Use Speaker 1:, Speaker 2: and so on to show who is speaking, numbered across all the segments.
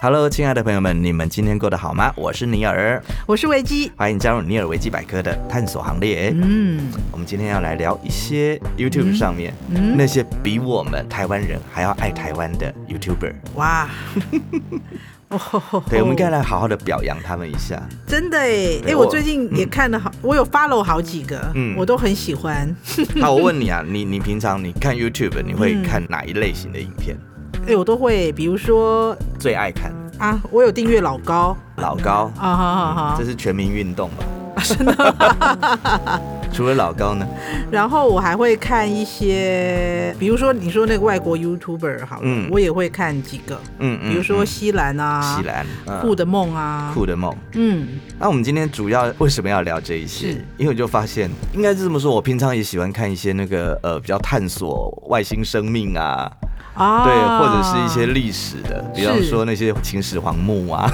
Speaker 1: Hello，亲爱的朋友们，你们今天过得好吗？我是尼尔，
Speaker 2: 我是维基。
Speaker 1: 欢迎加入尼尔维基百科的探索行列。
Speaker 2: 嗯，
Speaker 1: 我们今天要来聊一些 YouTube 上面、
Speaker 2: 嗯
Speaker 1: 那些比我们台湾人还要爱台湾的 YouTuber，
Speaker 2: 哇， 哦，
Speaker 1: 对，我们应该来好好的表扬他们一 下。
Speaker 2: 真的哎，
Speaker 1: 对
Speaker 2: 哎，我
Speaker 1: 我
Speaker 2: 最近也看了好，我有 follow 好几个，
Speaker 1: 嗯
Speaker 2: 我都很喜欢。
Speaker 1: 好，我问你啊，你你平常你看 YouTube 你会看哪一类型的影片？
Speaker 2: 哎，我都会，比如说
Speaker 1: 最爱看
Speaker 2: 啊，我有订阅老高
Speaker 1: 老高，
Speaker 2: 啊，好好好
Speaker 1: 嗯这，是全民运动吧？真的。 除了老高呢？
Speaker 2: 然后我还会看一些，比如说你说那个外国 YouTuber 好了，
Speaker 1: 嗯
Speaker 2: 我也会看几个，
Speaker 1: 嗯嗯，
Speaker 2: 比如说
Speaker 1: 嗯
Speaker 2: 西兰啊
Speaker 1: 西、兰，
Speaker 2: 酷
Speaker 1: 嗯
Speaker 2: 的梦啊，
Speaker 1: 酷的梦。
Speaker 2: 嗯，
Speaker 1: 那我们今天主要为什么要聊这一些
Speaker 2: 是？
Speaker 1: 因为我就发现，应该是这么说，我平常也喜欢看一些那个呃比较探索外星生命啊，
Speaker 2: 啊，
Speaker 1: 对，或者是一些历史的，比方
Speaker 2: 是
Speaker 1: 说那些秦始皇墓啊，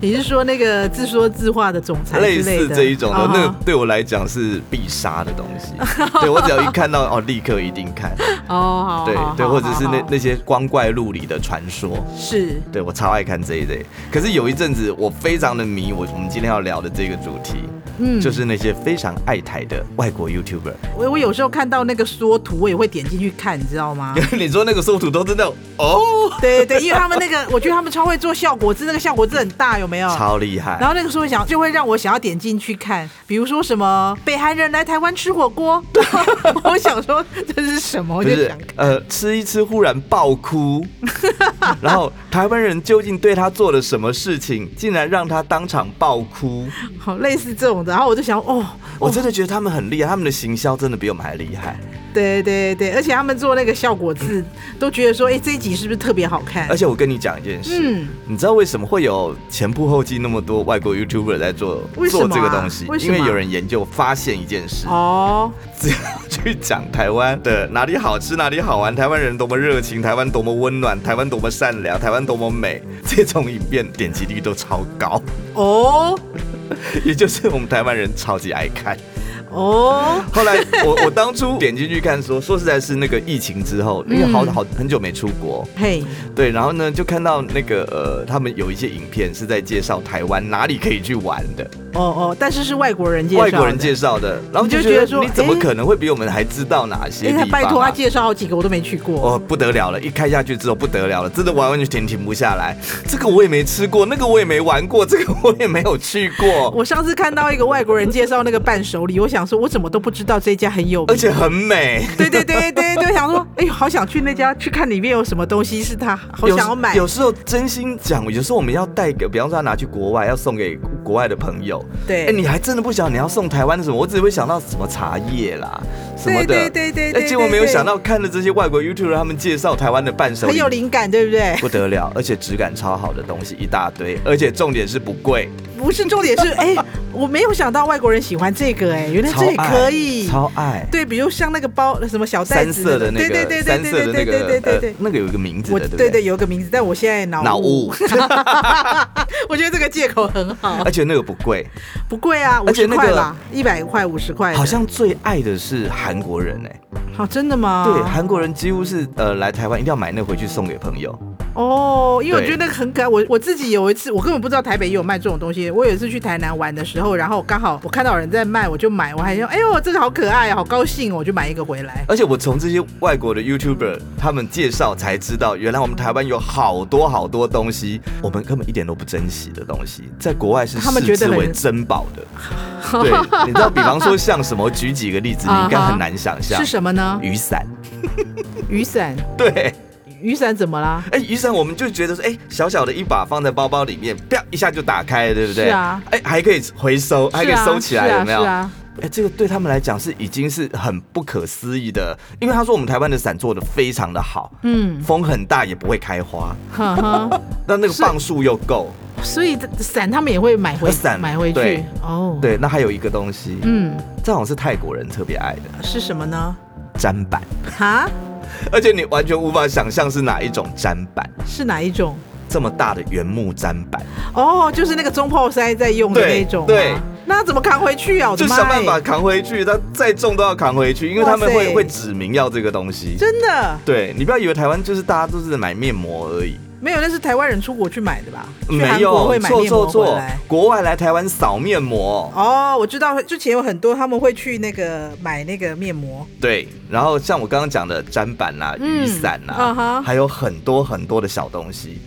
Speaker 2: 你是说那个自说自话的总裁
Speaker 1: 类
Speaker 2: 之类
Speaker 1: 似
Speaker 2: 的
Speaker 1: 这一种的，
Speaker 2: 啊
Speaker 1: 那个对我来讲是必杀的东 西。对我只要一看到哦，立刻一定看，
Speaker 2: 哦，好
Speaker 1: 对
Speaker 2: 好
Speaker 1: 对，
Speaker 2: 好
Speaker 1: 或者是
Speaker 2: 好
Speaker 1: 那
Speaker 2: 好
Speaker 1: 那些光怪陆离的传说。
Speaker 2: 是
Speaker 1: 对我超爱看这一类。可是有一阵子我非常的迷我我们今天要聊的这个主题，
Speaker 2: 嗯
Speaker 1: 就是那些非常爱台的外国 YouTuber。
Speaker 2: 我我有时候看到那个缩图，我也会点进去看，你知 道吗？
Speaker 1: 你说那个缩图都真的哦，
Speaker 2: 对对，因为他们那个，我觉得他们超会做效果字，那个效果字很大，有没有？
Speaker 1: 超厉
Speaker 2: 哦然
Speaker 1: 害。
Speaker 2: 后那个时候想，就会让我想要点进去看，比如说什么北韩人来台湾吃火锅， 我想说这是什么，我
Speaker 1: 不
Speaker 2: 就是想看，
Speaker 1: 呃，吃一吃忽然爆 哭，然后台湾人究竟对他做了什么事情，竟然让他当场爆哭？
Speaker 2: 好哦类似这种的。然后我就想，哦，
Speaker 1: 我
Speaker 2: 哦，
Speaker 1: 真的觉得他们很厉害，他们的行销真的比我们还厉害。
Speaker 2: 对对对，而且他们做那个效果字，都觉得说，哎，这一集是不是特别好看
Speaker 1: 而？且我跟你讲一件事，
Speaker 2: 嗯
Speaker 1: 你知道为什么会有前仆后继那么多外国 YouTuber 在做、
Speaker 2: 为什么
Speaker 1: 做这
Speaker 2: 啊
Speaker 1: 个东西？
Speaker 2: 为什
Speaker 1: 因
Speaker 2: 么
Speaker 1: 为有人研究发现一件 事，
Speaker 2: 哦，
Speaker 1: 只要去讲台湾的哪里好吃、哪里好玩，台湾人多么热情，台湾多么温暖，台湾多么善良，台湾多么美，这种影片点击率都超高，
Speaker 2: 哦，
Speaker 1: 也就是我们台湾人超级爱 看。
Speaker 2: 哦，
Speaker 1: 后来我我当初点进去看说说实在是那个疫情之后，因为好
Speaker 2: 嗯
Speaker 1: 好很久没出国，
Speaker 2: 嘿，
Speaker 1: 对，然后呢，就看到那个呃，他们有一些影片是在介绍台湾哪里可以去玩的，
Speaker 2: 哦哦，但是是外国人介绍的，
Speaker 1: 外国人介绍的，然后
Speaker 2: 你就
Speaker 1: 就
Speaker 2: 觉
Speaker 1: 觉
Speaker 2: 得
Speaker 1: 得
Speaker 2: 说
Speaker 1: 说，哎你怎么
Speaker 2: 诶
Speaker 1: 可能会比我们还知道哪些
Speaker 2: 哎、
Speaker 1: 地
Speaker 2: 他
Speaker 1: 方、啊？
Speaker 2: 拜托他介绍好几个我都没去过，
Speaker 1: 哦，不得了了！一开下去之后不得了了，真的完完全全停不下来。这个我也没吃过，那个我也没玩过，这个我也没有去过，
Speaker 2: 我上次看到一个外国人介绍那个伴手礼，我想说，我怎么都不知道这家很有名。
Speaker 1: 而且很美。
Speaker 2: 对对对对对，想说，哎、呦，好想去那家去看里面有什么东西是他，好
Speaker 1: 有
Speaker 2: 想要买。
Speaker 1: 有时候真心讲，有时候我们要带给，比方说要拿去国外，要送给国外的朋友。
Speaker 2: 对
Speaker 1: 哎、你还真的不晓得你要送台湾的什么，我只会想到什么茶叶啦，什么的。
Speaker 2: 对对对对对
Speaker 1: 哎结果没有
Speaker 2: 对对
Speaker 1: 想到看了这些外国 YouTuber 他们介绍台湾的伴手礼，
Speaker 2: 很有灵感，对不对？
Speaker 1: 不得了，而且质感超好的东西一大堆，而且重点是不贵，
Speaker 2: 不是重点是，哎、我没有想到外国人喜欢这个、哎，原来
Speaker 1: 超
Speaker 2: 这也
Speaker 1: 爱
Speaker 2: 可以。
Speaker 1: 超爱。
Speaker 2: 对，比如像那个包，什么小袋
Speaker 1: 三
Speaker 2: 子
Speaker 1: 色的那个，
Speaker 2: 对对对对
Speaker 1: 三
Speaker 2: 对
Speaker 1: 色的
Speaker 2: 对
Speaker 1: 那
Speaker 2: 对
Speaker 1: 个，
Speaker 2: 对对对对
Speaker 1: 呃，那个有一个名字
Speaker 2: 我
Speaker 1: 的，对不
Speaker 2: 对对有个名字，但我现在脑
Speaker 1: 脑雾，
Speaker 2: 我觉得这个借口很好，
Speaker 1: 而且那个不贵，
Speaker 2: 不贵啊，
Speaker 1: 而
Speaker 2: 五
Speaker 1: 且
Speaker 2: 十
Speaker 1: 那
Speaker 2: 块
Speaker 1: 个
Speaker 2: 吧，一百块五十块的，
Speaker 1: 好像最爱的是韩国人哎、
Speaker 2: 好真的吗？
Speaker 1: 对，韩国人几乎是呃来台湾一定要买那回去送给朋友。
Speaker 2: 哦，因为我
Speaker 1: 对
Speaker 2: 觉得那个很可爱。我我自己有一次，我根本不知道台北也有卖这种东西。我有一次去台南玩的时候，然后刚好我看到有人在卖，我就买，我还说，哎呦，这个好可爱，好高兴哦，我就买一个回来。
Speaker 1: 而且我从这些外国的 YouTuber 他们介绍才知道，原来我们台湾有好多好多东西，我们根本一点都不珍惜的东西，在国外是
Speaker 2: 他们
Speaker 1: 视
Speaker 2: 觉
Speaker 1: 之
Speaker 2: 得很
Speaker 1: 为珍宝 的。对，你知道，比方说像什么，举几个例子，你应该
Speaker 2: 啊哈
Speaker 1: 很难想象。
Speaker 2: 是什么呢？
Speaker 1: 雨伞，
Speaker 2: 雨伞，
Speaker 1: 对。
Speaker 2: 雨伞怎么啦？
Speaker 1: 哎、雨伞我们就觉得说，哎、小小的一把放在包包里面，啪一下就打开了，对不对？
Speaker 2: 是啊
Speaker 1: 哎、还可以回收，还可以
Speaker 2: 是啊
Speaker 1: 收起来，
Speaker 2: 是啊
Speaker 1: 有没有？
Speaker 2: 是啊，
Speaker 1: 哎、这个对他们来讲是已经是很不可思议的，因为他说我们台湾的伞做的非常的好，
Speaker 2: 嗯，
Speaker 1: 风很大也不会开花，
Speaker 2: 呵呵，
Speaker 1: 那那个磅数又够。
Speaker 2: 所以伞他们也会买回
Speaker 1: 伞
Speaker 2: 买回去
Speaker 1: 对
Speaker 2: 哦。，
Speaker 1: 对，那还有一个东西，
Speaker 2: 嗯，
Speaker 1: 这好像是泰国人特别爱的
Speaker 2: 是什么呢？
Speaker 1: 砧板，
Speaker 2: 哈，
Speaker 1: 而且你完全无法想象是哪一种砧板，
Speaker 2: 是哪一种？
Speaker 1: 这么大的原木砧板，
Speaker 2: 哦，就是那个中炮塞在用的
Speaker 1: 对
Speaker 2: 那种吗，
Speaker 1: 对
Speaker 2: 那怎么扛回去啊？我的
Speaker 1: 就
Speaker 2: 妈
Speaker 1: 想办
Speaker 2: 耶
Speaker 1: 法扛回去，它再重都要扛回去，因为他们
Speaker 2: 哇塞
Speaker 1: 会会指明要这个东西。
Speaker 2: 真的。
Speaker 1: 对你不要以为台湾就是大家都是买面膜而已，
Speaker 2: 没有，那是台湾人出国去买的吧？去韩
Speaker 1: 没
Speaker 2: 国
Speaker 1: 有
Speaker 2: 会，买
Speaker 1: 做
Speaker 2: 面
Speaker 1: 做
Speaker 2: 膜回
Speaker 1: 做
Speaker 2: 来。，
Speaker 1: 国外来台湾扫面膜，
Speaker 2: 哦，我知道，之前有很多他们会去那个买那个面膜，
Speaker 1: 对，然后像我刚刚讲的砧板啦、
Speaker 2: 嗯
Speaker 1: 雨伞
Speaker 2: 啊
Speaker 1: 啦，
Speaker 2: 哈
Speaker 1: 还有很多很多的小东西。
Speaker 2: 哦
Speaker 1: 嗯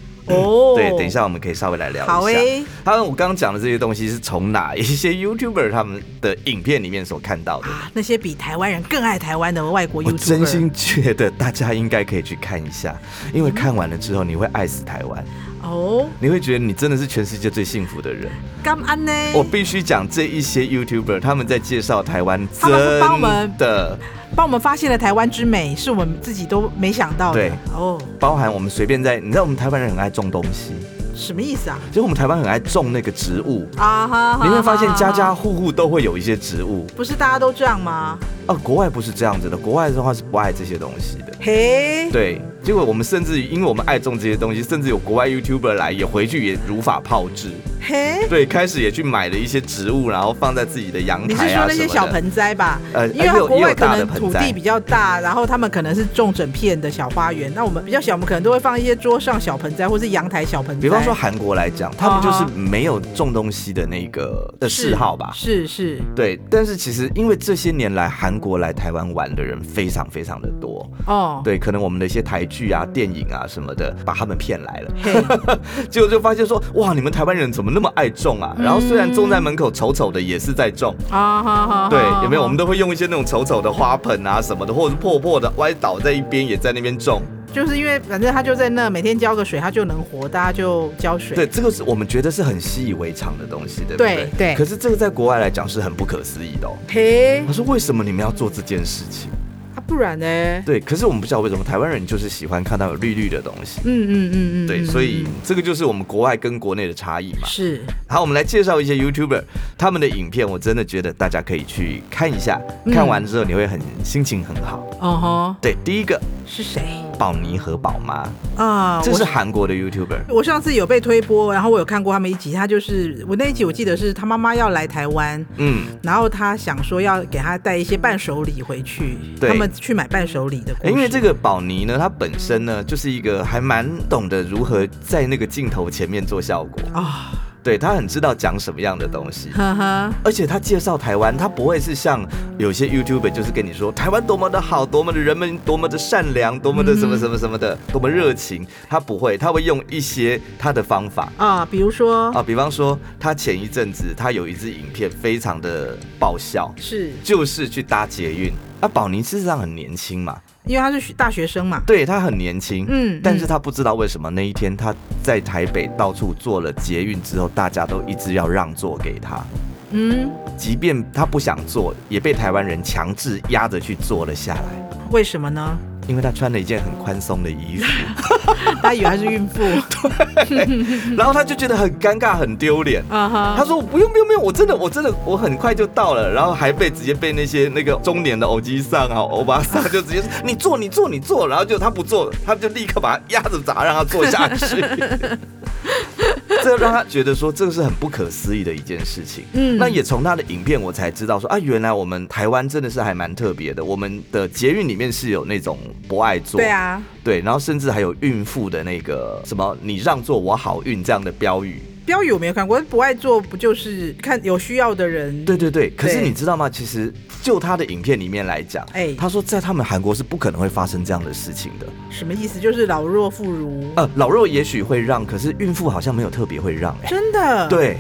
Speaker 1: 对，等一下我们可以稍微来聊一下。
Speaker 2: 好诶
Speaker 1: 他们我刚刚讲的这些东西是从哪一些 YouTuber 他们的影片里面所看到的？
Speaker 2: 啊，那些比台湾人更爱台湾的外国 YouTuber，
Speaker 1: 我哦真心觉得大家应该可以去看一下，
Speaker 2: 嗯
Speaker 1: 因为看完了之后你会爱死台湾，
Speaker 2: 哦，
Speaker 1: 你会觉得你真的是全世界最幸福的人。
Speaker 2: 干安呢？
Speaker 1: 我必须讲这一些 YouTuber 他们在介绍台湾，
Speaker 2: 他
Speaker 1: 真
Speaker 2: 们是帮我们
Speaker 1: 的
Speaker 2: 帮我们发现了台湾之美，是我们自己都没想到的。
Speaker 1: 对
Speaker 2: 哦，
Speaker 1: 包含我们随便在，你知道我们台湾人很爱种东西，
Speaker 2: 什么意思啊？
Speaker 1: 其实我们台湾很爱种那个植物，
Speaker 2: 啊哈，哈
Speaker 1: 你会发现
Speaker 2: 哈
Speaker 1: 家家
Speaker 2: 哈
Speaker 1: 户户都会有一些植物。
Speaker 2: 不是大家都这样吗？
Speaker 1: 啊，国外不是这样子的，国外的话是不爱这些东西的。
Speaker 2: 嘿，
Speaker 1: 对，结果我们甚至于因为我们爱种这些东西，甚至有国外 YouTuber 来也回去也如法炮制。
Speaker 2: 嘿。
Speaker 1: 对，开始也去买了一些植物，然后放在自己的阳
Speaker 2: 你是
Speaker 1: 台
Speaker 2: 说
Speaker 1: 啊
Speaker 2: 那
Speaker 1: 什么的。
Speaker 2: 些小盆栽吧？
Speaker 1: 呃
Speaker 2: 因为
Speaker 1: 也
Speaker 2: 它
Speaker 1: 有
Speaker 2: 国
Speaker 1: 也
Speaker 2: 外
Speaker 1: 有
Speaker 2: 可
Speaker 1: 大的
Speaker 2: 能
Speaker 1: 盆
Speaker 2: 土
Speaker 1: 栽
Speaker 2: 地比较大，然后他们可能是种整片的小花园。那我们比较小，我们可能都会放一些桌上小盆栽，或是阳台小盆栽。
Speaker 1: 比方说韩国来讲，他们就是
Speaker 2: 啊哈
Speaker 1: 没有种东西的那个的
Speaker 2: 是
Speaker 1: 嗜好吧？
Speaker 2: 是是
Speaker 1: 对，但是其实因为这些年来韩国来台湾玩的人非常非常的多，
Speaker 2: 哦，
Speaker 1: 对，可能我们的一些台剧啊、电影啊什么的，把他们骗来了，
Speaker 2: 嘿，嗯
Speaker 1: 结 果就发现说，哇，你们台湾人怎么那么爱种啊？然后虽然种在门口丑丑的，也是在种，
Speaker 2: 啊哈哈，
Speaker 1: 对
Speaker 2: 哈，
Speaker 1: 有没有？我们
Speaker 2: 哈
Speaker 1: 都会用一些那种丑丑的花盆啊什么的，或者是破破的歪倒在一边，也在那边种。
Speaker 2: 就是因为反正它就在那，每天浇个水它就能活，大家就浇水。
Speaker 1: 对，这个是我们觉得是很习以为常的东西，对不对？
Speaker 2: 对对
Speaker 1: 可是这个在国外来讲是很不可思议的哦。
Speaker 2: 嘿
Speaker 1: 他，说：“为什么你们要做这件事情
Speaker 2: 啊，不然呢？？”
Speaker 1: 对，可是我们不知道为什么台湾人就是喜欢看到有绿绿的东西。
Speaker 2: 嗯嗯嗯嗯，
Speaker 1: 对，
Speaker 2: 嗯
Speaker 1: 所以
Speaker 2: 嗯
Speaker 1: 这个就是我们国外跟国内的差异嘛。
Speaker 2: 是
Speaker 1: 好，我们来介绍一些 YouTuber 他们的影片，我真的觉得大家可以去看一下，
Speaker 2: 嗯
Speaker 1: 看完之后你会很心情很好。
Speaker 2: 哦
Speaker 1: 对，第一个
Speaker 2: 吼，是谁
Speaker 1: 宝妮和宝妈，
Speaker 2: 啊？
Speaker 1: 这
Speaker 2: 我
Speaker 1: 是韩国的 YouTuber。
Speaker 2: 我上次有被推播，然后我有看过他们一集，他就是我那一集我记得是他妈妈要来台湾，
Speaker 1: 嗯，
Speaker 2: 然后他想说要给他带一些伴手礼回去，
Speaker 1: 对
Speaker 2: 他们去买伴手礼的故事。
Speaker 1: 因为这个宝妮呢，她本身呢就是一个还蛮懂得如何在那个镜头前面做效果，
Speaker 2: 啊，
Speaker 1: 对她很知道讲什么样的东西。
Speaker 2: 呵呵，
Speaker 1: 而且她介绍台湾，她不会是像有些 YouTuber 就是跟你说台湾多么的好，多么的人们多么的善良，多么的什
Speaker 2: 嗯
Speaker 1: 么什么什么的，多么热情。她不会，她会用一些她的方法
Speaker 2: 啊，比如说、
Speaker 1: 啊，比方说她前一阵子她有一支影片非常的爆笑，
Speaker 2: 是
Speaker 1: 就是去搭捷运。啊，宝妮事实上很年轻嘛，
Speaker 2: 因为他是学大学生嘛，
Speaker 1: 对她很年轻，
Speaker 2: 嗯
Speaker 1: 但是她不知道为什么那一天她在台北到处坐了捷运之后，大家都一直要让座给她，
Speaker 2: 嗯，
Speaker 1: 即便她不想坐，也被台湾人强制压着去坐了下来，
Speaker 2: 为什么呢？
Speaker 1: 因为她穿了一件很宽松的衣服，
Speaker 2: 大家以为他是 孕妇，
Speaker 1: 然后她就觉得很尴尬、很丢脸。
Speaker 2: 啊哈，
Speaker 1: 她说：“我不用，不用，不用，我真的，我真的，我很快就到了。”然后还被直接被那些那个中年的欧基上啊、欧巴桑就直接说：“你坐，你坐，你坐。”然后就她不坐，她就立刻把她压着砸，让她坐下 去。这让她觉得说这个是很不可思议的一件事情。
Speaker 2: 嗯
Speaker 1: 那也从她的影片我才知道说啊，原来我们台湾真的是还蛮特别的。我们的捷运里面是有那种博爱座，
Speaker 2: 对，啊，
Speaker 1: 对，然后甚至还有孕妇的那个什么“你让座我好运”这样的标语。
Speaker 2: 标语我没有看过，不爱做不就是看有需要的人？
Speaker 1: 对对对，可是
Speaker 2: 对
Speaker 1: 你知道吗？其实就他的影片里面来讲，
Speaker 2: 哎
Speaker 1: 他说在他们韩国是不可能会发生这样的事情的。
Speaker 2: 什么意思？就是老弱妇孺，
Speaker 1: 呃，老肉也许会让，可是孕妇好像没有特别会让、哎，
Speaker 2: 真的，，
Speaker 1: 对，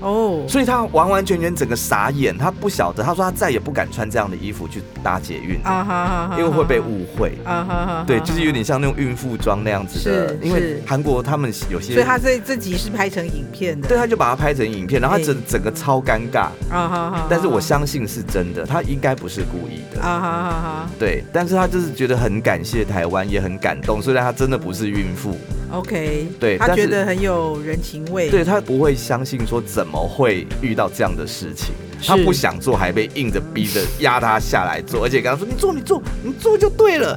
Speaker 2: 哦，
Speaker 1: 所以他完完全全整个傻眼，他不晓得，他说他再也不敢穿这样的衣服去搭捷运，
Speaker 2: 啊哈哈哈，
Speaker 1: 因为会被误会。
Speaker 2: 啊哈哈，
Speaker 1: 对，就是有点像那种孕妇装那样子的
Speaker 2: 是，
Speaker 1: 因为
Speaker 2: 是
Speaker 1: 韩国他们有些，
Speaker 2: 所以他这这集是拍成影片的，
Speaker 1: 对，他就把它拍成影片，然后他
Speaker 2: 哎
Speaker 1: 整整个超尴尬，
Speaker 2: 啊哈哈，
Speaker 1: 但是我相信是真的，他应该不是故意的
Speaker 2: 啊。哈哈哈
Speaker 1: 对，但是他就是觉得很感谢台湾，也很感动。虽然他真的不是孕妇，
Speaker 2: ，OK，
Speaker 1: 对
Speaker 2: 他
Speaker 1: 但是
Speaker 2: 觉得很有人情味，
Speaker 1: 对，他不会相信说怎么会遇到这样的事情，他
Speaker 2: 是
Speaker 1: 不想做，还被硬着逼着压他下来做，而且跟他说你做你做你做就对 了。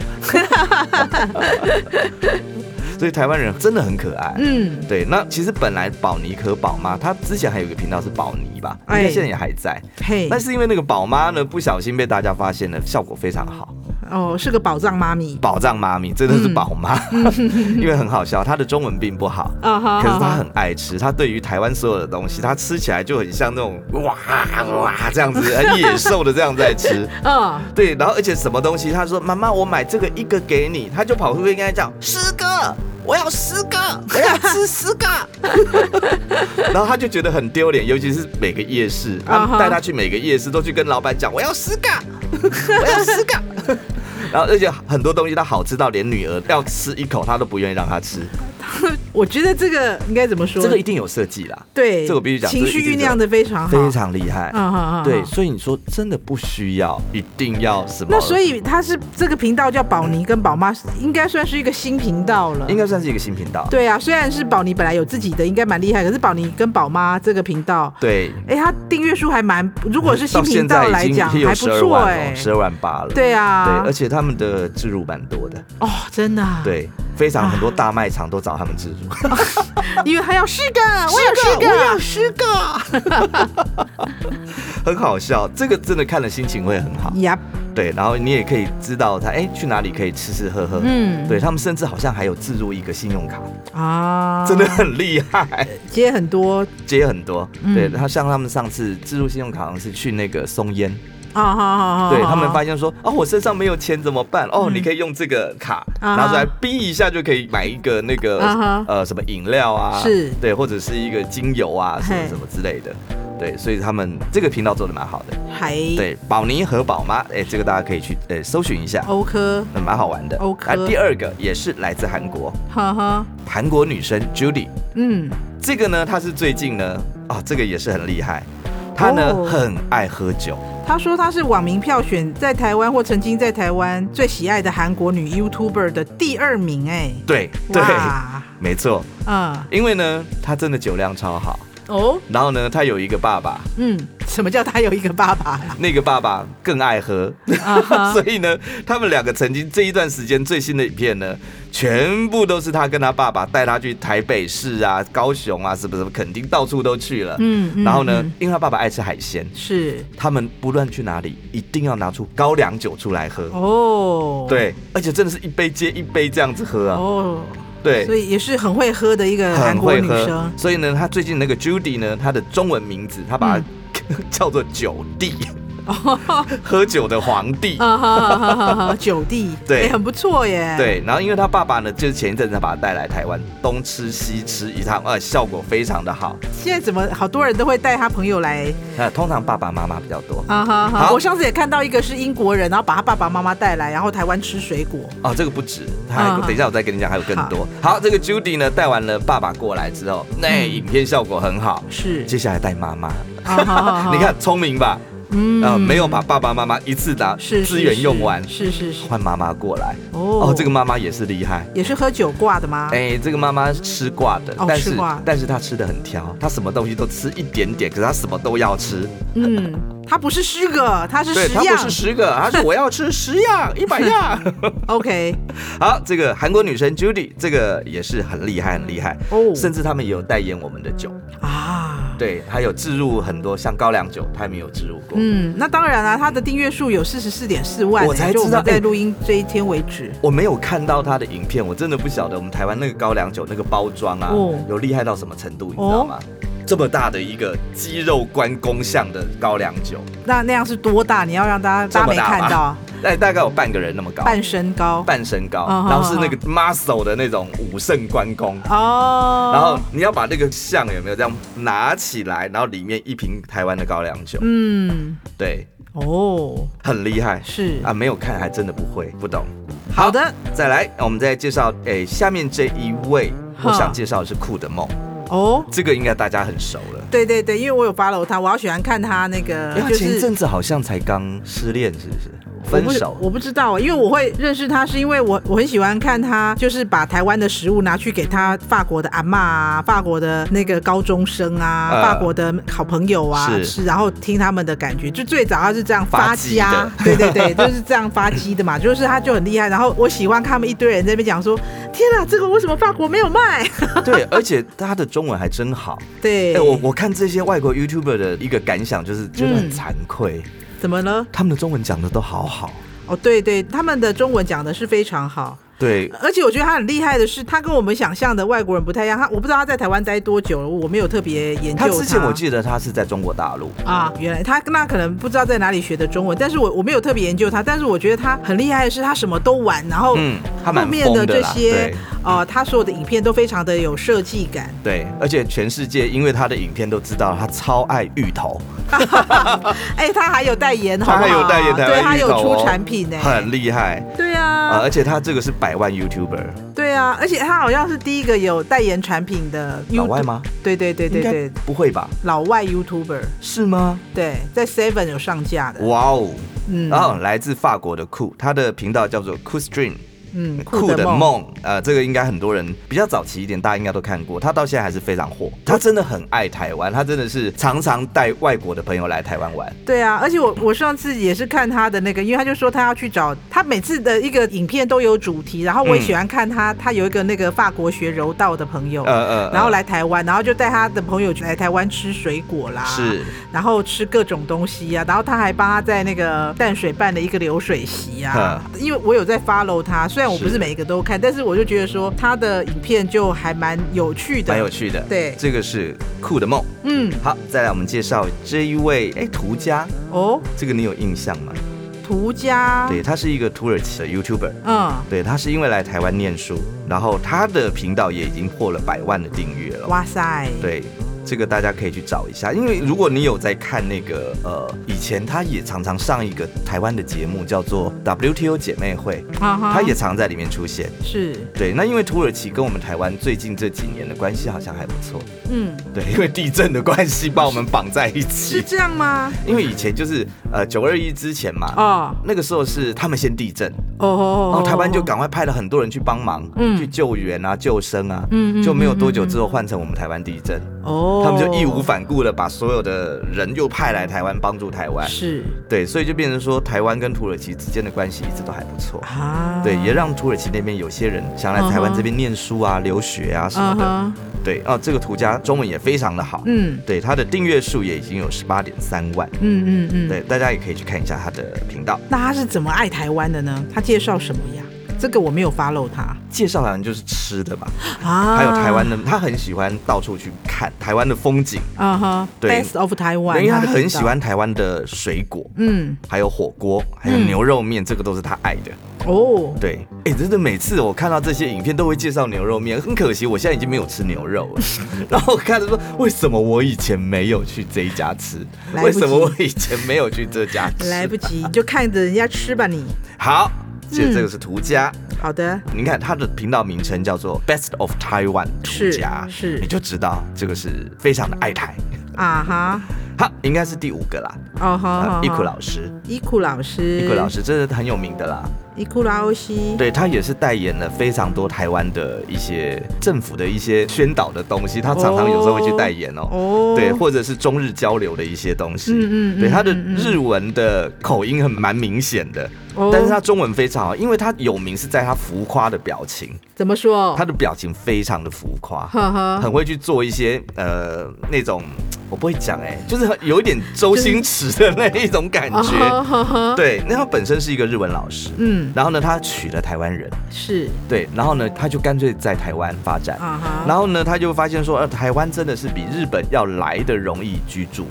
Speaker 1: 所以台湾人真的很可爱。
Speaker 2: 嗯，
Speaker 1: 对，那其实本来宝妮和宝妈，她之前还有一个频道是宝妮吧，应该
Speaker 2: 哎
Speaker 1: 现在也还在。
Speaker 2: 嘿
Speaker 1: 但，是因为那个宝妈呢，不小心被大家发现了，效果非常好。
Speaker 2: 哦，是个宝藏妈咪。
Speaker 1: 宝藏妈咪，真的是宝妈，因为很好笑，她的中文并不好。
Speaker 2: 啊哈，
Speaker 1: 可是
Speaker 2: 好
Speaker 1: 她
Speaker 2: 好
Speaker 1: 很爱吃，她对于台湾所有的东西，她吃起来就很像那种哇哇这样子，很野兽的这样在吃。
Speaker 2: 嗯，
Speaker 1: 对，然后而且什么东西，她说妈妈，我买这个一个给你，她就跑出去跟她讲十个，我要十个，我要吃十个。 然后她就觉得很丢脸，尤其是每个夜市，她
Speaker 2: 啊哈
Speaker 1: 带她去每个夜市都去跟老板讲我要十个， 我要十个。 然后而且很多东西她好吃到连女儿要吃一口她都不愿意让她吃，
Speaker 2: 我觉得这个应该怎么说？
Speaker 1: 这个一定有设计啦，
Speaker 2: 对，
Speaker 1: 这个我必须讲
Speaker 2: 情
Speaker 1: 这个一
Speaker 2: 绪
Speaker 1: 定
Speaker 2: 酝酿的非常好，
Speaker 1: 非常厉害。
Speaker 2: 嗯，好好，
Speaker 1: 对，
Speaker 2: 好
Speaker 1: 所以你说真的不需要，一定要什么？
Speaker 2: 那所以他是这个频道叫宝妮跟宝妈，应该算是一个新频道了。
Speaker 1: 应该算是一个新频道。
Speaker 2: 对啊，虽然是宝妮本来有自己的，应该蛮厉害，可是宝妮跟宝妈这个频道，
Speaker 1: 对，
Speaker 2: 哎，它订阅数还蛮，如果是新
Speaker 1: 到
Speaker 2: 频
Speaker 1: 现
Speaker 2: 道
Speaker 1: 在
Speaker 2: 来
Speaker 1: 已经
Speaker 2: 讲
Speaker 1: 有
Speaker 2: 还不
Speaker 1: 十二
Speaker 2: 错
Speaker 1: 万
Speaker 2: 哎
Speaker 1: 了，。十二万八了。
Speaker 2: 对
Speaker 1: 对，
Speaker 2: 啊
Speaker 1: 而，且他们的置入蛮多的，
Speaker 2: 哦，真的啊，
Speaker 1: 对，非常
Speaker 2: 啊
Speaker 1: 很多大卖场都找他们置入。
Speaker 2: 因为还有十个，我有
Speaker 1: 十
Speaker 2: 十
Speaker 1: 个
Speaker 2: 个，
Speaker 1: 我
Speaker 2: 有十个。
Speaker 1: 很好笑，这个真的看了心情会很好。
Speaker 2: 呀，
Speaker 1: 对，然后你也可以知道他哎、去哪里可以吃吃喝喝。
Speaker 2: 嗯
Speaker 1: 对他们甚至好像还有置入一个信用卡，
Speaker 2: 啊，
Speaker 1: 真的很厉害，
Speaker 2: 接很多
Speaker 1: 接很多。
Speaker 2: 嗯
Speaker 1: 对，他像他们上次置入信用卡好像是去那个松烟，
Speaker 2: 啊，好好好，
Speaker 1: 对
Speaker 2: 好
Speaker 1: 他们
Speaker 2: 好
Speaker 1: 发现说哦我身上没有钱怎么办？哦，
Speaker 2: 嗯
Speaker 1: 你可以用这个卡
Speaker 2: 啊哈
Speaker 1: 拿出来逼一下就可以买一个那个
Speaker 2: 啊哈
Speaker 1: 呃什么饮料啊，
Speaker 2: 是
Speaker 1: 对，或者是一个精油啊什么
Speaker 2: 嘿
Speaker 1: 什么之类的。对，所以他们这个频道做的蛮好的。
Speaker 2: 还
Speaker 1: 对，宝妮和宝妈，哎，这个大家可以去呃搜寻一下，
Speaker 2: 欧科，
Speaker 1: 那蛮好玩的。
Speaker 2: OK
Speaker 1: 啊第二个也是来自韩国，
Speaker 2: 哈哈，
Speaker 1: 韩国女生 Judy，
Speaker 2: 嗯，
Speaker 1: 这个呢，她是最近呢，啊，这个也是很厉害，她呢、
Speaker 2: 哦
Speaker 1: 很爱喝酒，
Speaker 2: 他说他是网民票选在台湾或曾经在台湾最喜爱的韩国女 YouTuber 的第二名，哎，
Speaker 1: 对对，
Speaker 2: 哇，
Speaker 1: 没错，
Speaker 2: 嗯，
Speaker 1: 因为呢，她真的酒量超好，
Speaker 2: 哦，
Speaker 1: 然后呢，她有一个爸爸，
Speaker 2: 嗯，什么叫他有一个爸啊爸啦？
Speaker 1: 那个爸爸更爱喝，
Speaker 2: 啊 哈
Speaker 1: 所以呢，他们两个曾经这一段时间最新的影片呢，全部都是他跟他爸爸带他去台北市啊、高雄啊，什么什么，肯定到处都去了。
Speaker 2: 嗯嗯
Speaker 1: 然后呢
Speaker 2: 嗯，
Speaker 1: 因为他爸爸爱吃海鲜，
Speaker 2: 是
Speaker 1: 他们不论去哪里，一定要拿出高粱酒出来喝。
Speaker 2: 哦，，
Speaker 1: 对，而且真的是一杯接一杯这样子喝啊。
Speaker 2: 哦，
Speaker 1: 对
Speaker 2: 所，以也是很会喝的一个韩
Speaker 1: 很
Speaker 2: 国
Speaker 1: 会
Speaker 2: 女
Speaker 1: 喝
Speaker 2: 生。。
Speaker 1: 所以呢，他最近那个 Judy 呢，他的中文名字，他
Speaker 2: 嗯
Speaker 1: 把它 叫做酒帝，
Speaker 2: 哦
Speaker 1: 喝酒的皇帝。
Speaker 2: 啊哈哈哈哈哈！九弟，
Speaker 1: 对
Speaker 2: 哎很不错耶。，
Speaker 1: 对，然后因为他爸爸呢，就是前一阵子把他带来台湾，东吃西吃一趟，呃，效果非常的好。
Speaker 2: 现在怎么好多人都会带他朋友来
Speaker 1: 那通常爸爸妈妈比较多
Speaker 2: 啊哈哈！
Speaker 1: 好
Speaker 2: 我上次也看到一个是英国人，然后把他爸爸妈妈带来，然后台湾吃水果。
Speaker 1: 哦，这个不止，他还有
Speaker 2: 嗯好
Speaker 1: 等一下我再跟你讲，还有更多。好，这个 Judy 呢，带完了爸爸过来之后，那、
Speaker 2: 嗯
Speaker 1: 影片效果很好，
Speaker 2: 是，
Speaker 1: 接下来带妈妈，
Speaker 2: 啊哈哈 哈
Speaker 1: 你，看聪明吧？
Speaker 2: 嗯
Speaker 1: 啊、没有把爸爸妈妈一次拿
Speaker 2: 是
Speaker 1: 资源用完，
Speaker 2: 是是是，
Speaker 1: 换妈妈过来。
Speaker 2: 哦
Speaker 1: 哦，这个妈妈也是厉害。
Speaker 2: 也是喝酒挂的吗？
Speaker 1: 哎、这个妈妈吃挂的，
Speaker 2: 哦
Speaker 1: 但
Speaker 2: 吃
Speaker 1: 是
Speaker 2: 挂
Speaker 1: 但是她吃的很挑，她什么东西都吃一点点，可是她什么都要吃。
Speaker 2: 嗯，他不是十个，他是
Speaker 1: 对，
Speaker 2: 十
Speaker 1: 他
Speaker 2: 样
Speaker 1: 不。是十 个，他是我要吃十样、一百样。
Speaker 2: OK，
Speaker 1: 好，这个韩国女神 Judy 这个也是很厉害，很厉害
Speaker 2: 哦
Speaker 1: 甚至他们也有代言我们的酒，
Speaker 2: 啊，
Speaker 1: 对，还有置入很多像高粱酒，他们有置入过。
Speaker 2: 嗯，那当然啦、他的订阅数有四十四点四万、欸
Speaker 1: 我才
Speaker 2: 就我
Speaker 1: 知道
Speaker 2: 们在
Speaker 1: 哎
Speaker 2: 录音这一天为止。
Speaker 1: 我没有看到她的影片，我真的不晓得我们台湾那个高粱酒那个包装啊
Speaker 2: 哦
Speaker 1: 有厉害到什么程度，你知道吗？这么大的一个肌肉关公像的高粱酒，
Speaker 2: 那那样是多大？你要让大家
Speaker 1: 这
Speaker 2: 大家
Speaker 1: 么
Speaker 2: 没
Speaker 1: 大吧
Speaker 2: 看到
Speaker 1: 哎， 大概有半个人那么高，
Speaker 2: 半身高
Speaker 1: 半身高，
Speaker 2: 哦
Speaker 1: 然后是那个 muscle 的那种武圣关公。
Speaker 2: 哦，
Speaker 1: 然后你要把那个像有没有这样拿起来，然后里面一瓶台湾的高粱酒，
Speaker 2: 嗯
Speaker 1: 对，
Speaker 2: 哦
Speaker 1: 很厉害
Speaker 2: 是
Speaker 1: 啊！没有看还真的不会，不懂。
Speaker 2: 好的
Speaker 1: 再来，我们再介绍，诶，下面这一位，
Speaker 2: 哈
Speaker 1: 我想介绍的是酷的梦，
Speaker 2: 哦。
Speaker 1: 这个应该大家很熟了。
Speaker 2: 对对对，因为我有 follow 他，我好喜欢看他那个
Speaker 1: 因为，他
Speaker 2: 就
Speaker 1: 前一
Speaker 2: 是
Speaker 1: 阵子好像才刚失恋，是不是？
Speaker 2: 我
Speaker 1: 分
Speaker 2: 不
Speaker 1: 手
Speaker 2: 我不知道，因为我会认识他，是因为我我很喜欢看他，就是把台湾的食物拿去给他法国的阿嬷啊、法国的那个高中生啊、
Speaker 1: 呃
Speaker 2: 法国的好朋友啊
Speaker 1: 是
Speaker 2: 吃，然后听他们的感觉。就最早他是这样
Speaker 1: 发
Speaker 2: 发
Speaker 1: 鸡的
Speaker 2: 家， 对对对，就是这样发鸡的嘛，就是他就很厉害。然后我喜欢看他们一堆人在那边讲说：“天啊，这个为什么法国没有卖
Speaker 1: 对，而且他的中文还真好。？”
Speaker 2: 对，
Speaker 1: 哎，我我看这些外国 YouTuber 的一个感想就是，觉得很
Speaker 2: 嗯
Speaker 1: 惭愧，
Speaker 2: 怎么了？
Speaker 1: 他们的中文讲的都好好。
Speaker 2: 哦，对对，他们的中文讲的是非常好。
Speaker 1: 对，
Speaker 2: 而且我觉得他很厉害的是，他跟我们想象的外国人不太一样。他我不知道他在台湾待多久了，我没有特别研究
Speaker 1: 他之前我记得他是在中国大陆，
Speaker 2: 啊，原来他那可能不知道在哪里学的中文，但是我我没有特别研究他，但是我觉得他很厉害的是他什么都玩，然后
Speaker 1: 嗯，他蛮
Speaker 2: 哦后面
Speaker 1: 疯
Speaker 2: 这
Speaker 1: 啦
Speaker 2: 些
Speaker 1: 对
Speaker 2: 呃，他所有的影片都非常的有设计感。
Speaker 1: 对，而且全世界因为他的影片都知道他超爱芋头，
Speaker 2: 哎，他还有代言，好
Speaker 1: 他
Speaker 2: 不好
Speaker 1: 还有代言台
Speaker 2: 对他
Speaker 1: 湾芋
Speaker 2: 有
Speaker 1: 头哦
Speaker 2: 出产品呢、欸
Speaker 1: 很厉害呃
Speaker 2: 对
Speaker 1: 啊！
Speaker 2: 啊，
Speaker 1: 而且他这个是百万 YouTuber，
Speaker 2: 对啊，而且他好像是第一个有代言产品的 y
Speaker 1: 老
Speaker 2: o
Speaker 1: 外吗？
Speaker 2: 对对对对
Speaker 1: 应
Speaker 2: 对
Speaker 1: 该，不会吧？
Speaker 2: 老外 YouTuber，
Speaker 1: 是吗？
Speaker 2: 对，在 Seven 有上架的。
Speaker 1: 哇哦！
Speaker 2: 嗯
Speaker 1: 然后来自法国的酷，他的频道叫做 Cool Stream。
Speaker 2: 嗯，
Speaker 1: 酷的，梦，呃，这个应该很多人比较早期一点，大家应该都看过。他到现在还是非常火，他真的很爱台湾，他真的是常常带外国的朋友来台湾玩。
Speaker 2: 对啊，而且我我上次也是看他的那个，因为他就说他要去找他每次的一个影片都有主题，然后我也喜欢看他，他有一个那个法国学柔道的朋友，
Speaker 1: 嗯呃呃，
Speaker 2: 哦然后
Speaker 1: 呃
Speaker 2: 来台湾，然后就带他的朋友来台湾吃水果啦，，
Speaker 1: 是
Speaker 2: 然后吃各种东西呀、啊，然后他还帮他在那个淡水办了一个流水席啊，因为我有在 follow 他，虽然我不
Speaker 1: 是
Speaker 2: 是每一个都看，但是我就觉得说他的影片就还蛮有趣的，
Speaker 1: 蛮有趣的。
Speaker 2: 对
Speaker 1: 这个是酷的梦。
Speaker 2: 嗯，
Speaker 1: 好，再来我们介绍这一位，哎，涂家，
Speaker 2: 哦，
Speaker 1: 这个你有印象吗？
Speaker 2: 涂家，
Speaker 1: 对，他是一个土耳其的 YouTuber。
Speaker 2: 嗯，
Speaker 1: 对，他是因为来台湾念书，然后他的频道也已经破了百万的订阅了。
Speaker 2: 哇塞，
Speaker 1: 对，这个大家可以去找一下，因为如果你有在看那个呃，以前他也常常上一个台湾的节目，叫做 WTO 姐妹会，
Speaker 2: 啊哈
Speaker 1: 他也常在里面出现。
Speaker 2: 是，
Speaker 1: 对，那因为土耳其跟我们台湾最近这几年的关系好像还不错，
Speaker 2: 嗯，
Speaker 1: 对，因为地震的关系把我们绑在一
Speaker 2: 是
Speaker 1: 起。
Speaker 2: 这样吗？
Speaker 1: 因为以前就是呃九二一之前嘛，
Speaker 2: 哦
Speaker 1: 那个时候是他们先地震，
Speaker 2: 哦哦，
Speaker 1: 然后台湾就赶快派了很多人去帮忙，
Speaker 2: 嗯
Speaker 1: 去救援啊、救生啊，
Speaker 2: 嗯嗯
Speaker 1: 就没有多久之后换成我们台湾地震，
Speaker 2: 哦，
Speaker 1: 他们就义无反顾的把所有的人又派来台湾帮助台湾，
Speaker 2: 是
Speaker 1: 对，所以就变成说台湾跟土耳其之间的关系一直都还不错，
Speaker 2: 啊，
Speaker 1: 对，也让土耳其那边有些人想来台湾这边念书啊、留学啊什么
Speaker 2: 嗯
Speaker 1: 的，
Speaker 2: 哼，
Speaker 1: 对，啊，这个图家中文也非常的好，
Speaker 2: 嗯
Speaker 1: 对，他的订阅数也已经有十八点三万，
Speaker 2: 嗯嗯嗯，
Speaker 1: 对，。大家也可以去看一下他的频道。
Speaker 2: 那他是怎么爱台湾的呢？他介绍什么呀？这个我没有 follow 他
Speaker 1: 介绍好像就是吃的吧，
Speaker 2: 啊，
Speaker 1: 还有台湾的，他很喜欢到处去看台湾的风景，
Speaker 2: 啊哈
Speaker 1: 对
Speaker 2: ，Best of 台
Speaker 1: 因
Speaker 2: 湾，
Speaker 1: 为他
Speaker 2: 的
Speaker 1: 很
Speaker 2: 啊频道
Speaker 1: 喜，欢台湾的水果，
Speaker 2: 嗯，
Speaker 1: 还有火锅，还有
Speaker 2: 嗯
Speaker 1: 牛肉面，这个都是他爱的。
Speaker 2: 哦，
Speaker 1: 对，哎、真的每次我看到这些影片都会介绍牛肉面，很可惜我现在已经没有吃牛肉 了。然后我看着说，为什么我以前没有去这一家吃？
Speaker 2: 来不
Speaker 1: 为
Speaker 2: 及
Speaker 1: 什么我以前没有去这家吃？
Speaker 2: 来不及，就看着人家吃吧你。
Speaker 1: 好，这
Speaker 2: 嗯
Speaker 1: 这个是涂家。
Speaker 2: 好的，
Speaker 1: 你看他的频道名称叫做 Best of Taiwan 涂
Speaker 2: 是
Speaker 1: 家，
Speaker 2: 是
Speaker 1: 你就知道这个是非常的爱台。
Speaker 2: 啊哈，
Speaker 1: 好，应该是第五个啦。
Speaker 2: 哦哈，
Speaker 1: 啊
Speaker 2: 哈，
Speaker 1: 伊库老师，
Speaker 2: 伊库老师，
Speaker 1: 伊库老
Speaker 2: 师，
Speaker 1: 师这是很有名的啦。
Speaker 2: 伊库拉欧西，
Speaker 1: 对他也是代言了非常多台湾的一些政府的一些宣导的东西，他常常有时候会去代言哦。
Speaker 2: 哦，
Speaker 1: 对，或者是中日交流的一些东西。
Speaker 2: 嗯嗯嗯
Speaker 1: 对，他的
Speaker 2: 嗯嗯
Speaker 1: 日文的口音很蛮明显的，
Speaker 2: 哦
Speaker 1: 但是他中文非常好，因为他有名是在他浮夸的表情，
Speaker 2: 怎么说？
Speaker 1: 他的表情非常的浮夸。
Speaker 2: 哦呵呵，
Speaker 1: 很会去做一些呃那种我不会讲哎、就是很有一点周星驰的那一种感
Speaker 2: 啊
Speaker 1: 觉。
Speaker 2: 觉，
Speaker 1: 对，那他本身是一个日文老师，
Speaker 2: 哦嗯，
Speaker 1: 然后呢，他娶了台湾人，
Speaker 2: 是
Speaker 1: 对，然后呢，他就干脆在台湾发展。
Speaker 2: 啊
Speaker 1: 然
Speaker 2: 哈，
Speaker 1: 后呢，他就发现说，呃，台湾真的是比日本要来的容易居住，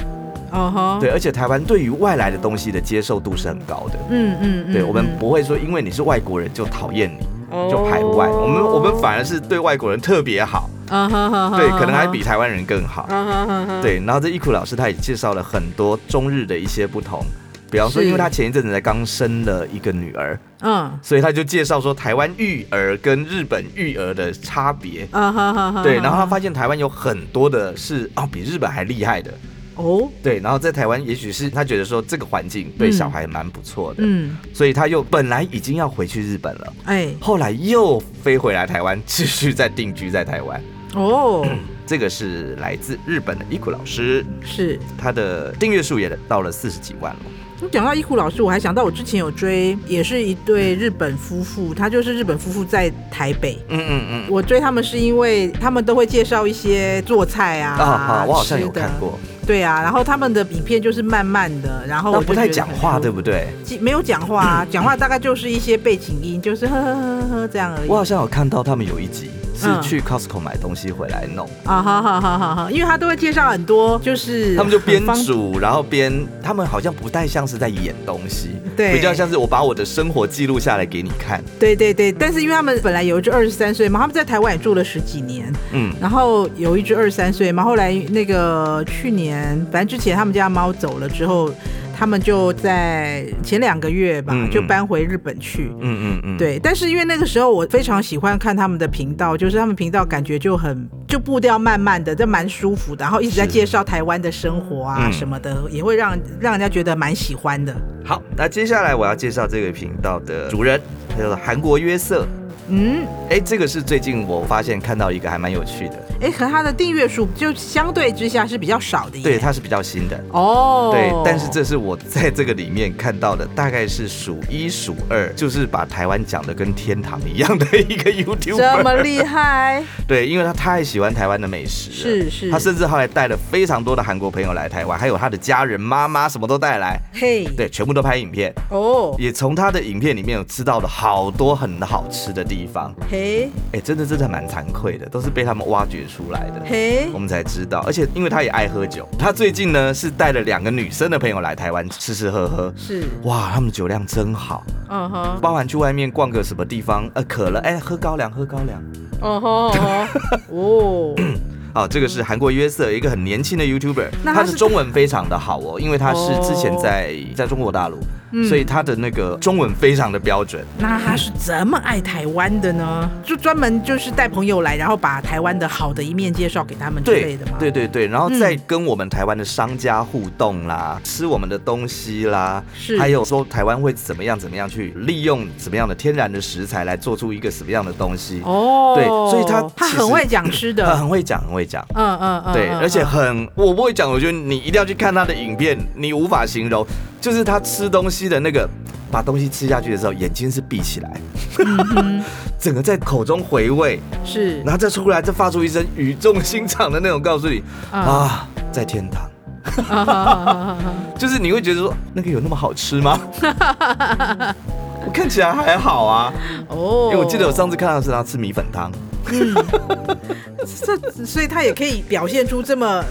Speaker 2: 哦哈，
Speaker 1: 对，，而且台湾对于外来的东西的接受度是很高的，
Speaker 2: 嗯嗯嗯，
Speaker 1: 对，我们
Speaker 2: 嗯
Speaker 1: 不会说因为你是外国人就讨厌你，就排外，
Speaker 2: 哦
Speaker 1: 我们我们反而是对外国人特别好，
Speaker 2: 啊哈哈哈，
Speaker 1: 对，可能还比台湾人更好。
Speaker 2: 啊哈哈哈，
Speaker 1: 对，然后这伊库老师他也介绍了很多中日的一些不同，比方说，
Speaker 2: 是
Speaker 1: 因为他前一阵子才刚生了一个女儿，
Speaker 2: 嗯，
Speaker 1: 所以他就介绍说台湾育儿跟日本育儿的差别。
Speaker 2: 啊哈哈哈，
Speaker 1: 对，然后他发现台湾有很多的是哦比日本还厉害的。
Speaker 2: 哦，
Speaker 1: 对，然后在台湾也许是他觉得说这个环境对
Speaker 2: 嗯
Speaker 1: 小孩蛮不错的，
Speaker 2: 嗯，
Speaker 1: 所以他又本来已经要回去日本了，
Speaker 2: 哎，
Speaker 1: 后来又飞回来台湾，继续在定居在台湾。
Speaker 2: 哦，
Speaker 1: 这个是来自日本的伊库老师。
Speaker 2: 是。
Speaker 1: 他的订阅数也到了四十几万了。
Speaker 2: 你讲到伊库老师，我还想到我之前有追，也是一对日本夫妇，他就是日本夫妇在台北。
Speaker 1: 嗯嗯嗯。
Speaker 2: 我追他们是因为他们都会介绍一些做菜啊，
Speaker 1: 啊啊！我好像有
Speaker 2: 吃的
Speaker 1: 看。过，
Speaker 2: 对啊，然后他们的影片就是慢慢的，然后
Speaker 1: 那
Speaker 2: 我
Speaker 1: 不
Speaker 2: 就
Speaker 1: 太
Speaker 2: 觉得嗯
Speaker 1: 讲
Speaker 2: 很
Speaker 1: 话，
Speaker 2: 舒
Speaker 1: 对不对？
Speaker 2: 服没有讲话、啊，讲话大概就是一些背景音，就是呵呵呵呵呵这样而已
Speaker 1: 我。好像有看到他们有一集是
Speaker 2: 嗯
Speaker 1: 去 Costco 买东西回来弄，
Speaker 2: 啊，好好好好好，因为他都会介绍很多，就是
Speaker 1: 他们就边
Speaker 2: 很方
Speaker 1: 煮，然后边他们好像不太像是在演东西，
Speaker 2: 对
Speaker 1: 比较像是我把我的生活记录下来给你看，
Speaker 2: 对对对，但是因为他们本来有一只二十三岁嘛，他们在台湾也住了十几年，
Speaker 1: 嗯，
Speaker 2: 然后有一只二十三岁嘛，后来那个去年，反正之前他们家猫走了之后，他们就在前两个月吧，
Speaker 1: 嗯嗯
Speaker 2: 就搬回日本去。
Speaker 1: 嗯嗯嗯，，
Speaker 2: 对，但是因为那个时候我非常喜欢看他们的频道，就是他们频道感觉就很就步调慢慢的，这蛮舒服的，然后一直在
Speaker 1: 是
Speaker 2: 介绍台湾的生活啊
Speaker 1: 嗯
Speaker 2: 什么的，也会让让人家觉得蛮喜欢的。
Speaker 1: 好，那接下来我要介绍这个频道的主人，他叫做韩国约瑟。
Speaker 2: 嗯，
Speaker 1: 哎，这个是最近我发现看到一个还蛮有趣的，
Speaker 2: 哎，可它的订阅数就相对之下是比较少的耶。
Speaker 1: 对，它是比较新的，
Speaker 2: 哦，
Speaker 1: 对，但是这是我在这个里面看到的，大概是数一数二，就是把台湾讲的跟天堂一样的一个
Speaker 2: 这么
Speaker 1: YouTuber。
Speaker 2: 厉害，
Speaker 1: 对，因为他太喜欢台湾的美食了，
Speaker 2: 是是
Speaker 1: 他甚至后来带了非常多的韩国朋友来台湾，还有他的家人、妈妈什么都带来，
Speaker 2: 嘿，
Speaker 1: 对，全部都拍影片，
Speaker 2: 哦，
Speaker 1: 也从他的影片里面有吃到了好多很好吃的地方，
Speaker 2: 嘿
Speaker 1: 哎，真的真的蛮惭愧的，都是被他们挖掘出来的。
Speaker 2: 嘿
Speaker 1: 我，们才知道，而且因为他也爱喝酒，他最近呢是带了两个女生的朋友来台湾吃吃喝喝，
Speaker 2: 是，
Speaker 1: 哇，他们酒量真好，
Speaker 2: 嗯哼，
Speaker 1: 包含去外面逛个什么地方，呃，渴了，哎，喝高粱，喝高粱。
Speaker 2: 哦吼，哦吼哦，
Speaker 1: 哦，这个是韩国约瑟，一个很年轻的 YouTuber，
Speaker 2: 嗯那他
Speaker 1: 他
Speaker 2: 是
Speaker 1: 的中文非常的好哦，因为他是之前
Speaker 2: 哦
Speaker 1: 在在中国大陆，
Speaker 2: 嗯
Speaker 1: 所以他的那个中文非常的标准。
Speaker 2: 那他是怎么爱台湾的呢？就专门就是带朋友来，然后把台湾的好的一面介绍给他们之类
Speaker 1: 对
Speaker 2: 的吗？
Speaker 1: 对对对，然后再
Speaker 2: 嗯
Speaker 1: 跟我们台湾的商家互动啦，吃我们的东西啦，
Speaker 2: 是
Speaker 1: 还有说台湾会怎么样怎么样去利用怎么样的天然的食材来做出一个什么样的东西，
Speaker 2: 哦，
Speaker 1: 对所以他
Speaker 2: 他
Speaker 1: 其
Speaker 2: 很
Speaker 1: 实
Speaker 2: 会讲吃
Speaker 1: 他
Speaker 2: 的，
Speaker 1: 很会讲，很会讲。
Speaker 2: 嗯嗯嗯，
Speaker 1: 对，
Speaker 2: 嗯
Speaker 1: 而且很，我不会讲，我觉得你一定要去看他的影片，你无法形容，就是他吃东西的那个，把东西吃下去的时候，眼睛是闭起来， 整个在口中回味，
Speaker 2: 嗯是
Speaker 1: 然后再出来，再发出一声语重心长的那种，告诉你、
Speaker 2: 嗯
Speaker 1: 啊，在天堂，
Speaker 2: 啊哈哈 哈哈
Speaker 1: 就是你会觉得说，那个有那么好吃吗？我看起来还好啊，
Speaker 2: 哦，
Speaker 1: 因为我记得我上次看到是他吃米粉汤，
Speaker 2: 这，所以他也可以表现出这么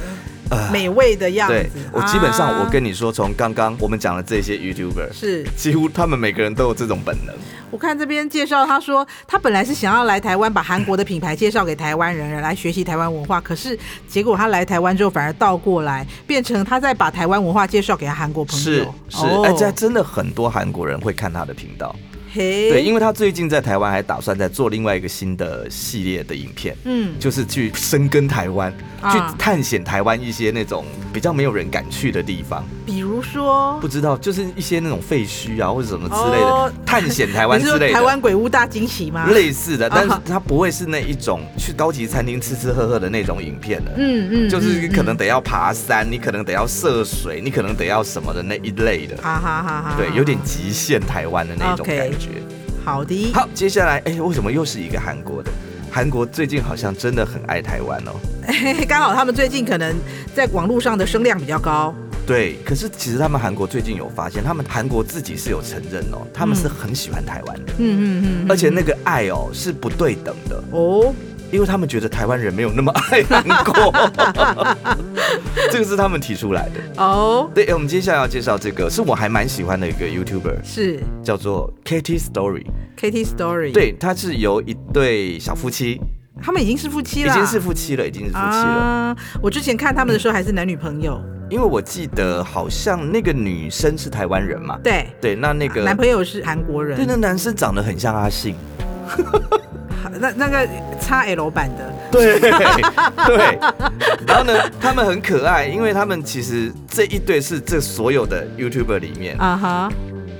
Speaker 1: 呃
Speaker 2: 美味的样子。
Speaker 1: 对我基本上
Speaker 2: 啊
Speaker 1: 我跟你说，从刚刚我们讲的这些 YouTuber。
Speaker 2: 是
Speaker 1: 几乎他们每个人都有这种本能，
Speaker 2: 我看这边介绍，他说他本来是想要来台湾把韩国的品牌介绍给台湾人来学习台湾文化，可是结果他来台湾之后反而倒过来，变成他在把台湾文化介绍给他韩国朋
Speaker 1: 是
Speaker 2: 友。
Speaker 1: 是，
Speaker 2: 哦
Speaker 1: 哎、这真的很多韩国人会看他的频道，
Speaker 2: 嘿，
Speaker 1: 对，
Speaker 2: 为
Speaker 1: 因为他最近在台湾还打算在做另外一个新的系列的影片，
Speaker 2: 嗯
Speaker 1: 就是去深耕台湾，
Speaker 2: 啊
Speaker 1: 去探险台湾一些那种比较没有人敢去的地方，
Speaker 2: 比如说
Speaker 1: 不。知道就是一些那种废墟啊或者什么之类的，
Speaker 2: 哦
Speaker 1: 探险台湾
Speaker 2: 你
Speaker 1: 之
Speaker 2: 是说
Speaker 1: 类
Speaker 2: 台
Speaker 1: 的。
Speaker 2: 湾鬼屋大惊喜吗？
Speaker 1: 类似的，但是
Speaker 2: 啊
Speaker 1: 他不会是那一种去高级餐厅吃吃喝喝的那种影片了。
Speaker 2: 嗯嗯，
Speaker 1: 就是
Speaker 2: 嗯
Speaker 1: 可能得要爬山，你可能得要涉水，你可能得要什么的那一类的
Speaker 2: 嗯，哈哈哈哈，
Speaker 1: 对，有点极限台湾的那种
Speaker 2: 啊 OK
Speaker 1: 感觉。
Speaker 2: 好的，
Speaker 1: 好，接下来，哎、为什么又是一个韩国的？韩国最近好像真的很爱台湾哦。
Speaker 2: 刚好他们最近可能在网络上的声量比较高，
Speaker 1: 对，可是其实他们韩国最近有发现，他们韩国自己是有承认哦，他们是
Speaker 2: 嗯
Speaker 1: 很喜欢台湾的，
Speaker 2: 嗯嗯嗯，
Speaker 1: 而且那个爱哦是不对等的，
Speaker 2: 哦，
Speaker 1: 因为他们觉得台湾人没有那么爱韩 国，这个是他们提出来的。
Speaker 2: 哦，
Speaker 1: 对，哎我们接下来要介绍这个是我还蛮喜欢的一个 YouTuber，
Speaker 2: 是
Speaker 1: 叫做 Katy Story。
Speaker 2: Katy Story，，
Speaker 1: 对，他是由一对小夫妻，
Speaker 2: 他们已经是夫妻
Speaker 1: 已
Speaker 2: 了，
Speaker 1: 经是夫妻了，已经是夫妻了。
Speaker 2: 啊。我之前看他们的时候还是男女朋友，
Speaker 1: 因为我记得好像那个女生是台湾人嘛，
Speaker 2: 对，
Speaker 1: 对，那那个
Speaker 2: 啊男朋友是韩国人
Speaker 1: 对，，那男生长得很像阿信，
Speaker 2: 那那个 x L 版的，
Speaker 1: 对对。然后呢，他们很可爱，因为他们其实这一对是这所有的 YouTuber 里面，
Speaker 2: 啊哈，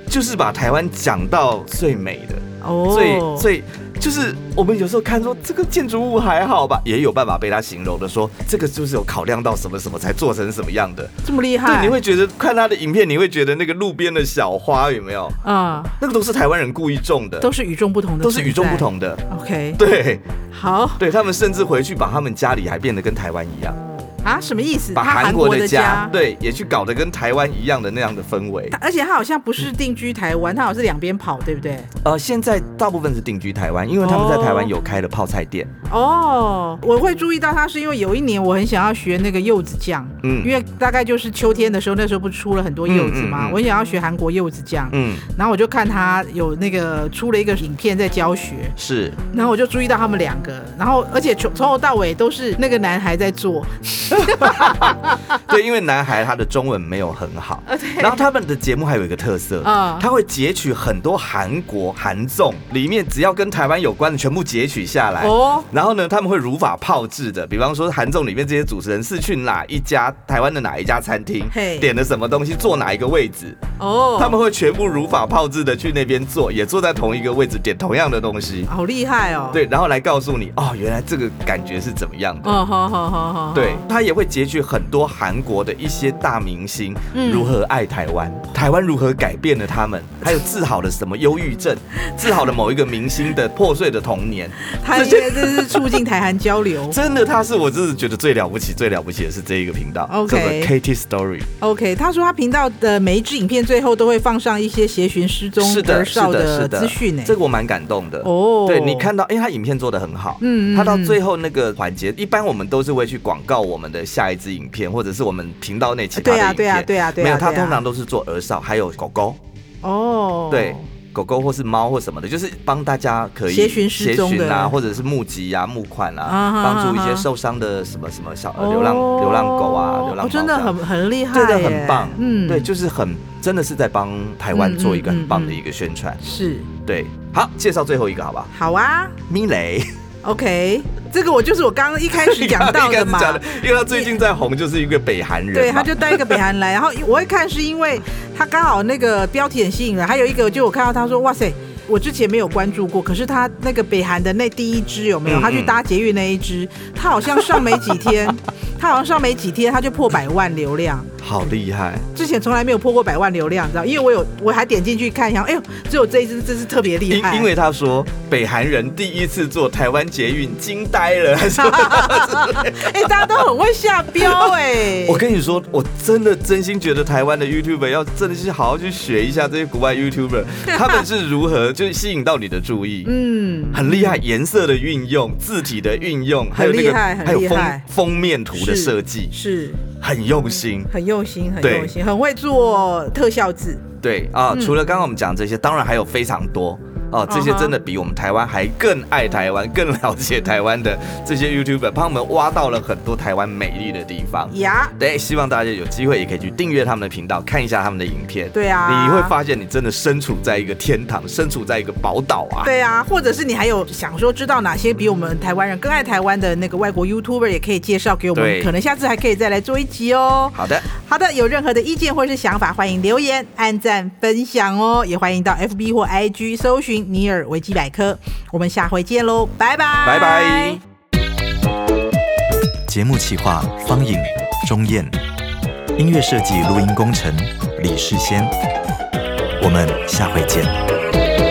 Speaker 1: 就是把台湾讲到最美的。
Speaker 2: 哦
Speaker 1: 最，最就是我们有时候看说这个建筑物还好吧，也有办法被他形容的说这个就是有考量到什么什么才做成什么样的。
Speaker 2: 这么厉
Speaker 1: 对，
Speaker 2: 害，
Speaker 1: 你会觉得看他的影片，你会觉得那个路边的小花有没有？
Speaker 2: 啊，
Speaker 1: 那个都是台湾人故意种的，
Speaker 2: 都是与众不同的，
Speaker 1: 都是与众不。同的。
Speaker 2: OK，
Speaker 1: 对，
Speaker 2: 好，
Speaker 1: 对他们甚至回去把他们家里还变得跟台湾一样，
Speaker 2: 啊，什么意思？
Speaker 1: 把
Speaker 2: 他
Speaker 1: 韩
Speaker 2: 国
Speaker 1: 国的
Speaker 2: 家，嗯
Speaker 1: 对也去搞得跟台湾一样的那样的氛围
Speaker 2: 他。而且他好像不是定居台湾，他好像是两边跑，对不对？
Speaker 1: 呃，现在大部分是定居台湾，因为他们在台湾
Speaker 2: 哦
Speaker 1: 有开了泡菜店。
Speaker 2: 哦，我会注意到他是因为有一年我很想要学那个柚子酱，
Speaker 1: 嗯
Speaker 2: 因为大概就是秋天的时候，那时候不出了很多柚子
Speaker 1: 嗯
Speaker 2: 嘛，
Speaker 1: 嗯嗯
Speaker 2: 我很想要学韩国柚子酱。
Speaker 1: 嗯，
Speaker 2: 然后我就看他有那个出了一个影片在教学，
Speaker 1: 是。
Speaker 2: 然后我就注意到他们两个，然后而且从从头到尾都是那个男孩在 做，
Speaker 1: 对，因为男孩他的中文没有很好，
Speaker 2: 哦
Speaker 1: 然后他们的节目还有一个特色，
Speaker 2: 嗯
Speaker 1: 他会截取很多韩国韩综里面只要跟台湾有关的全部截取下来。
Speaker 2: 哦
Speaker 1: 然后呢，他们会如法炮制的，比方说韩综里面这些主持人是去哪一家台湾的哪一家餐厅
Speaker 2: 嘿，
Speaker 1: 点了什么东西，坐哪一个位置，
Speaker 2: 哦，
Speaker 1: 他们会全部如法炮制的去那边坐，也坐在同一个位置点同样的东西，
Speaker 2: 好厉害哦，，
Speaker 1: 对，然后来告诉你哦，原来这个感觉是怎么样的。
Speaker 2: 哦，好好好好，
Speaker 1: 对，他也会截取很多韩国的一些大明星
Speaker 2: 嗯
Speaker 1: 如何爱台湾，台湾如何改变了他们，还有治好了什么忧郁 症，治好了某一个明星的破碎的童年。。
Speaker 2: 他应该真是促进台韩交流
Speaker 1: 真的，他是我真的觉得最了不起、最了不起的是这一个频道
Speaker 2: OK
Speaker 1: 叫做 Katie Story。
Speaker 2: OK，他说他频道的每一支影片最后都会放上一些协寻失踪
Speaker 1: 是
Speaker 2: 儿
Speaker 1: 的，是
Speaker 2: 少
Speaker 1: 的，是
Speaker 2: 资
Speaker 1: 的
Speaker 2: 讯呢。
Speaker 1: 这个我蛮感动的。
Speaker 2: 哦
Speaker 1: 对你看到，因为他影片做的很好，
Speaker 2: 嗯嗯
Speaker 1: 他到最后那个环节，一般我们都是会去广告我们的下一支影片，或者是我们频道内其他的
Speaker 2: 对
Speaker 1: 影
Speaker 2: 啊
Speaker 1: 片，
Speaker 2: 对啊对啊对啊
Speaker 1: 没有，他
Speaker 2: 对啊
Speaker 1: 通常都是做儿少，还有狗狗，
Speaker 2: 哦，
Speaker 1: 对。狗狗或是猫或什么的，就是帮大家可以
Speaker 2: 协寻失踪的
Speaker 1: 协寻啊，或者是募集啊、募款
Speaker 2: 啊
Speaker 1: 啊，
Speaker 2: 哈
Speaker 1: 帮助一
Speaker 2: 啊
Speaker 1: 些
Speaker 2: 哈
Speaker 1: 受伤的什么什么小呃
Speaker 2: 哦，
Speaker 1: 流浪流浪狗啊、流浪
Speaker 2: 哦
Speaker 1: 猫，
Speaker 2: 真的很很厉害
Speaker 1: 真
Speaker 2: 耶，
Speaker 1: 的很棒，
Speaker 2: 嗯，
Speaker 1: 对，就是很真的是在帮台湾
Speaker 2: 嗯
Speaker 1: 做一个
Speaker 2: 嗯
Speaker 1: 很棒的
Speaker 2: 嗯
Speaker 1: 一个宣传，
Speaker 2: 是
Speaker 1: 对，好，介绍最后一个好不好？
Speaker 2: 好啊。
Speaker 1: 咪雷，
Speaker 2: OK，这个我就是我刚刚一开始讲 到
Speaker 1: 应该
Speaker 2: 的
Speaker 1: 是
Speaker 2: 嘛，
Speaker 1: 讲的，因为他最近在红，就是一个北韩人嘛，
Speaker 2: 对，他就带一个北韩来，然后我会看是因为他刚好那个标题很吸引人，还有一个就我看到他说哇塞。我之前没有关注过，可是他那个北韩的那第一支有没有？
Speaker 1: 嗯
Speaker 2: 他去搭捷运那一支，他好像上没几天，他好像上没几天他就破百万流量，
Speaker 1: 好厉害，
Speaker 2: 之前从来没有破过百万流量，你知道？因为我有我还点进去看一下，哎呦，只有这一支，这是特别
Speaker 1: 因
Speaker 2: 厉害，
Speaker 1: 因为他说北韩人第一次坐台湾捷运惊呆了，还说
Speaker 2: 哎、大家都很会下标哎、
Speaker 1: 我跟你说，我真的真心觉得台湾的 YouTuber 要真的是好好去学一下这些国外 YouTuber，他们是如何 就是吸引到你的注意。
Speaker 2: 嗯，
Speaker 1: 很厉害，颜色的运用、字体的运用，还有那
Speaker 2: 很厉
Speaker 1: 个
Speaker 2: 害很嗯
Speaker 1: 还有
Speaker 2: 厉
Speaker 1: 封
Speaker 2: 害
Speaker 1: 封面图的
Speaker 2: 是
Speaker 1: 设计，
Speaker 2: 是。
Speaker 1: 很用心。
Speaker 2: 很用心，很
Speaker 1: 对
Speaker 2: 用心，很会做特效字。
Speaker 1: 对啊，
Speaker 2: 嗯
Speaker 1: 除了刚刚我们讲这些，当然还有非常多哦，这些
Speaker 2: 嗯哼
Speaker 1: 真的比我们台湾还更爱台湾、更了解台湾的这些 YouTuber，帮我们挖到了很多台湾美丽的地方。
Speaker 2: 呀，
Speaker 1: 对，希望大家有机会也可以去订阅他们的频道，看一下他们的影片。
Speaker 2: 对啊
Speaker 1: 你会发现你真的身处在一个天堂，身处在一个宝岛啊。
Speaker 2: 对啊，或者是你还有想说知道哪些比我们台湾人更爱台湾的那个外国 YouTuber，也可以介绍给我们，
Speaker 1: 对
Speaker 2: 可能下次还可以再来做一集哦。
Speaker 1: 好的，
Speaker 2: 好的，有任何的意见或是想法，欢迎留言、按赞、分享哦，也欢迎到 FB 或 IG 搜寻“尼尔维基百科”。我们下回见喽，拜拜，
Speaker 1: 拜拜。
Speaker 3: 节目企划方颖、钟燕，音乐设计、录音工程李世先。我们下回见。